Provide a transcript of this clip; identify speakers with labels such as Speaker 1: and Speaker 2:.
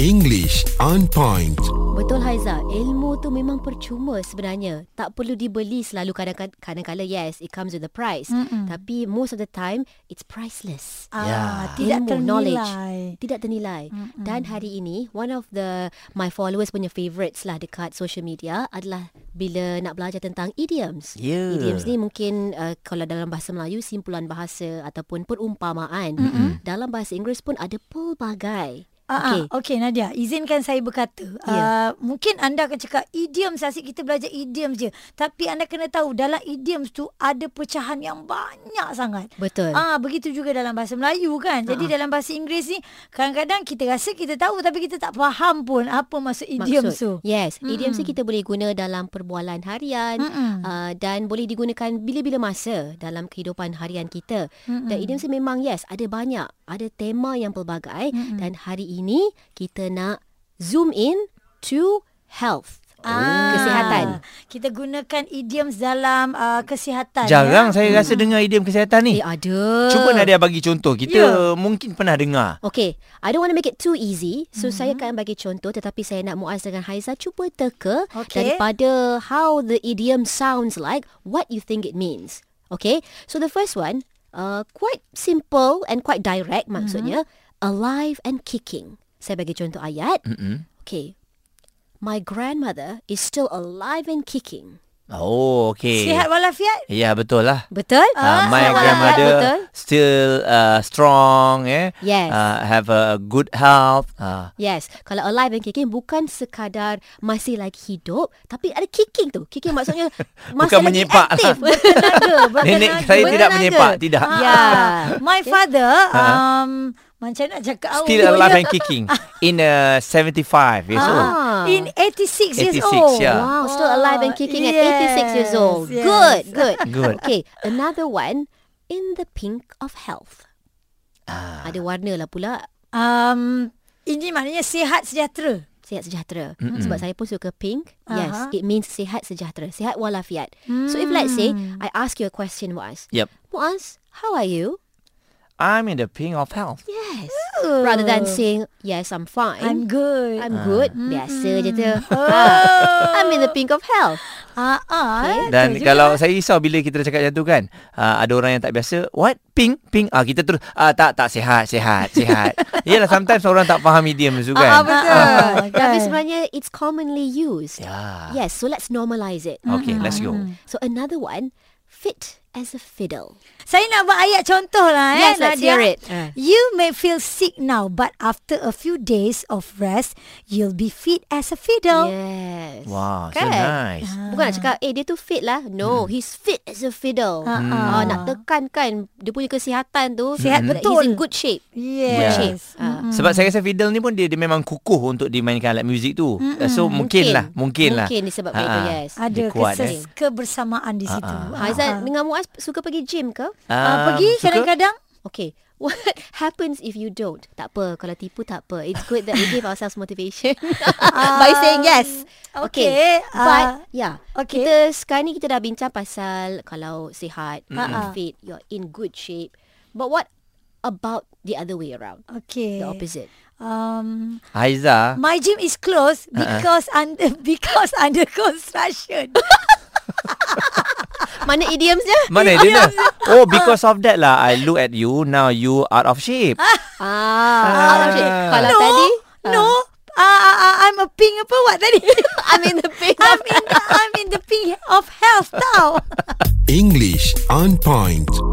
Speaker 1: English on point.
Speaker 2: Betul Haiza, ilmu tu memang percuma sebenarnya. Tak perlu dibeli selalu kadang-kadang kadang-kala yes, it comes with a price. Mm-mm. Tapi most of the time it's priceless.
Speaker 3: Ah,
Speaker 4: Ya.
Speaker 3: tidak
Speaker 2: ilmu, knowledge
Speaker 3: ternilai.
Speaker 2: tidak ternilai. Mm-mm. Dan hari ini one of the my followers punya favourites lah dekat social media adalah bila nak belajar tentang idioms.
Speaker 4: Ya.
Speaker 2: Idioms ni mungkin uh, kalau dalam bahasa Melayu simpulan bahasa ataupun perumpamaan. Mm-mm. Dalam bahasa Inggeris pun ada pelbagai.
Speaker 3: Ah,
Speaker 2: Okey.
Speaker 3: okay. okay Nadia, izinkan saya berkata.
Speaker 2: Ya.
Speaker 3: Yeah. Uh, mungkin anda akan cakap idioms asyik kita belajar idioms je. Tapi anda kena tahu dalam idioms tu ada pecahan yang banyak sangat.
Speaker 2: Betul. Ah.
Speaker 3: Ah, begitu juga dalam bahasa Melayu kan. Jadi dalam bahasa Inggeris ni kadang-kadang kita rasa kita tahu tapi kita tak faham pun apa maksud idiom tu.
Speaker 2: Yes, mm-hmm. idioms ni kita boleh guna dalam perbualan harian mm-hmm.
Speaker 3: Hmm.
Speaker 2: uh, dan boleh digunakan bila-bila masa dalam kehidupan harian kita. Mm-hmm. Dan idioms ni memang yes, ada banyak, ada tema yang pelbagai mm-hmm. dan hari ini kita nak zoom in to health.
Speaker 3: Ah,
Speaker 2: Oh. Kesihatan.
Speaker 3: Kita gunakan idioms dalam uh, kesihatan. ya?
Speaker 4: Jarang saya rasa dengar idiom kesihatan ni.
Speaker 2: Eh ada.
Speaker 4: Cuba Nadia bagi contoh. Kita
Speaker 3: Ya.
Speaker 4: mungkin pernah dengar.
Speaker 2: Okay, I don't want to make it too easy. So mm-hmm. saya akan bagi contoh tetapi saya nak Muaz dengan Haiza cuba teka
Speaker 3: Okey.
Speaker 2: daripada how the idiom sounds like, what you think it means. Okay, so the first one, uh, quite simple and quite direct maksudnya, alive and kicking. Saya bagi contoh ayat. Mm-hmm. Okay, my grandmother is still alive and kicking.
Speaker 4: Oh, okey.
Speaker 3: Sihat Ah, walafiat?
Speaker 4: Ya, betul lah.
Speaker 2: Betul? Sihat
Speaker 4: Uh, my
Speaker 2: walafiat,
Speaker 4: grandmother
Speaker 2: betul?
Speaker 4: still uh, strong, eh?
Speaker 2: Yes.
Speaker 4: Uh, have a good health. Uh,
Speaker 2: Yes, kalau alive and kicking bukan sekadar masih lagi hidup tapi ada kicking tu. Kicking maksudnya masih
Speaker 4: Bukan
Speaker 2: lagi
Speaker 4: menyepak lah.
Speaker 2: aktif.
Speaker 3: Bertenaga, bertenaga.
Speaker 4: nenek saya tidak
Speaker 2: bertenaga.
Speaker 4: menyepak, tidak.
Speaker 3: Ah,
Speaker 2: Ya.
Speaker 3: My father
Speaker 2: Ha?
Speaker 3: um macam nak cakap awak
Speaker 4: Still
Speaker 3: punya-
Speaker 4: alive and kicking in uh, 75 years old.
Speaker 2: Ah.
Speaker 3: In 86, years
Speaker 4: 86,
Speaker 3: old.
Speaker 4: ya.
Speaker 2: Wow, still alive and kicking at 86 years old.
Speaker 3: Yes, yes.
Speaker 2: Good, good.
Speaker 4: Good.
Speaker 2: Okay, another one in the pink of health.
Speaker 4: Ah.
Speaker 2: Ada warna lah pula
Speaker 3: Um ini maknanya sihat sejahtera.
Speaker 2: sihat sejahtera. Mm-mm. Sebab saya pun suka pink. Yes,
Speaker 3: Aha.
Speaker 2: it means sihat sejahtera, sihat walafiat. So
Speaker 3: Hmm.
Speaker 2: if let's say I ask you a question Muaz.
Speaker 4: Yep.
Speaker 2: Muaz, how are you?
Speaker 4: I'm in the pink of health.
Speaker 2: Yes. Rather than saying yes, I'm fine.
Speaker 3: I'm
Speaker 2: Eh?
Speaker 3: good.
Speaker 4: Ah.
Speaker 2: I'm good. Biasa je tu. Ah,
Speaker 3: Oh.
Speaker 2: I'm in the pink of health.
Speaker 3: Ah ah.
Speaker 4: Dan
Speaker 3: betul juga.
Speaker 4: kalau saya risau bila kita cakap macam tu kan, uh, ada orang yang tak biasa, what? Ping, ping. Ah kita terus ah tak tak sihat, sihat, sihat. Yalah sometimes orang tak faham idiom tu
Speaker 3: Ah, ah,
Speaker 4: kan.
Speaker 3: betul.
Speaker 2: Tapi
Speaker 3: Kan?
Speaker 2: sebenarnya it's commonly used.
Speaker 4: Ya.
Speaker 2: Yes, so let's normalize it.
Speaker 4: Okay, let's go.
Speaker 2: So another one, fit as a fiddle.
Speaker 3: Saya nak buat ayat contoh lah eh,
Speaker 2: Yes, let's
Speaker 3: Nadia.
Speaker 2: hear it. Ah.
Speaker 3: You may feel sick now But after a few days of rest You'll be fit as a fiddle
Speaker 2: Yes.
Speaker 4: Wow, so
Speaker 2: Kan?
Speaker 4: nice. Hmm.
Speaker 2: Bukan nak cakap, eh dia tu fit lah. No, he's fit as a fiddle. Ah, nak tekankan dia punya kesihatan
Speaker 4: Hmm.
Speaker 2: tu.
Speaker 3: Sihat
Speaker 2: that
Speaker 3: betul.
Speaker 2: He's in good shape. Ah.
Speaker 3: Yes
Speaker 2: Yeah.
Speaker 3: Mm.
Speaker 4: Sebab saya rasa fiddle ni pun dia, dia memang kukuh untuk dimainkan alat muzik tu. Mm-mm. So lah, mungkinlah, mungkinlah.
Speaker 2: Mungkin disebabkan
Speaker 4: Ah,
Speaker 2: itu,
Speaker 4: ah.
Speaker 2: yes.
Speaker 3: Ada
Speaker 4: Dia kuat, eh.
Speaker 3: keses- kebersamaan di situ Ha.
Speaker 2: Haizan Ha, dengan Muaz suka pergi gym ke?
Speaker 3: Ah,
Speaker 4: Ah,
Speaker 3: Pergi
Speaker 4: suka?
Speaker 3: kadang-kadang
Speaker 2: Okay, what happens if you don't? Tak apa, kalau tipu tak apa. It's good that we give ourselves motivation by saying yes.
Speaker 3: Um, okay,
Speaker 2: but
Speaker 3: ah,
Speaker 2: yeah,
Speaker 3: okay.
Speaker 2: kita sekarang ni kita dah bincang pasal kalau sihat, mm-hmm. fit, you're in good shape. But what about the other way around?
Speaker 3: Okay
Speaker 2: The opposite.
Speaker 3: um,
Speaker 2: Hmm.
Speaker 4: Haiza.
Speaker 3: My gym is closed
Speaker 4: Ah,
Speaker 3: Because under Because under construction
Speaker 2: Mana idioms dia?
Speaker 4: Mana dia?
Speaker 2: ya.
Speaker 4: nak? Oh, because of that lah I look at you now you out of shape.
Speaker 2: Ah, out of shape. Kalau
Speaker 3: No
Speaker 2: tadi,
Speaker 3: No Ah, ah, ah, I'm a pink apa what tadi
Speaker 2: ah, I'm in the pink.
Speaker 3: I'm in the, I'm in the pink of health tau
Speaker 1: English on point.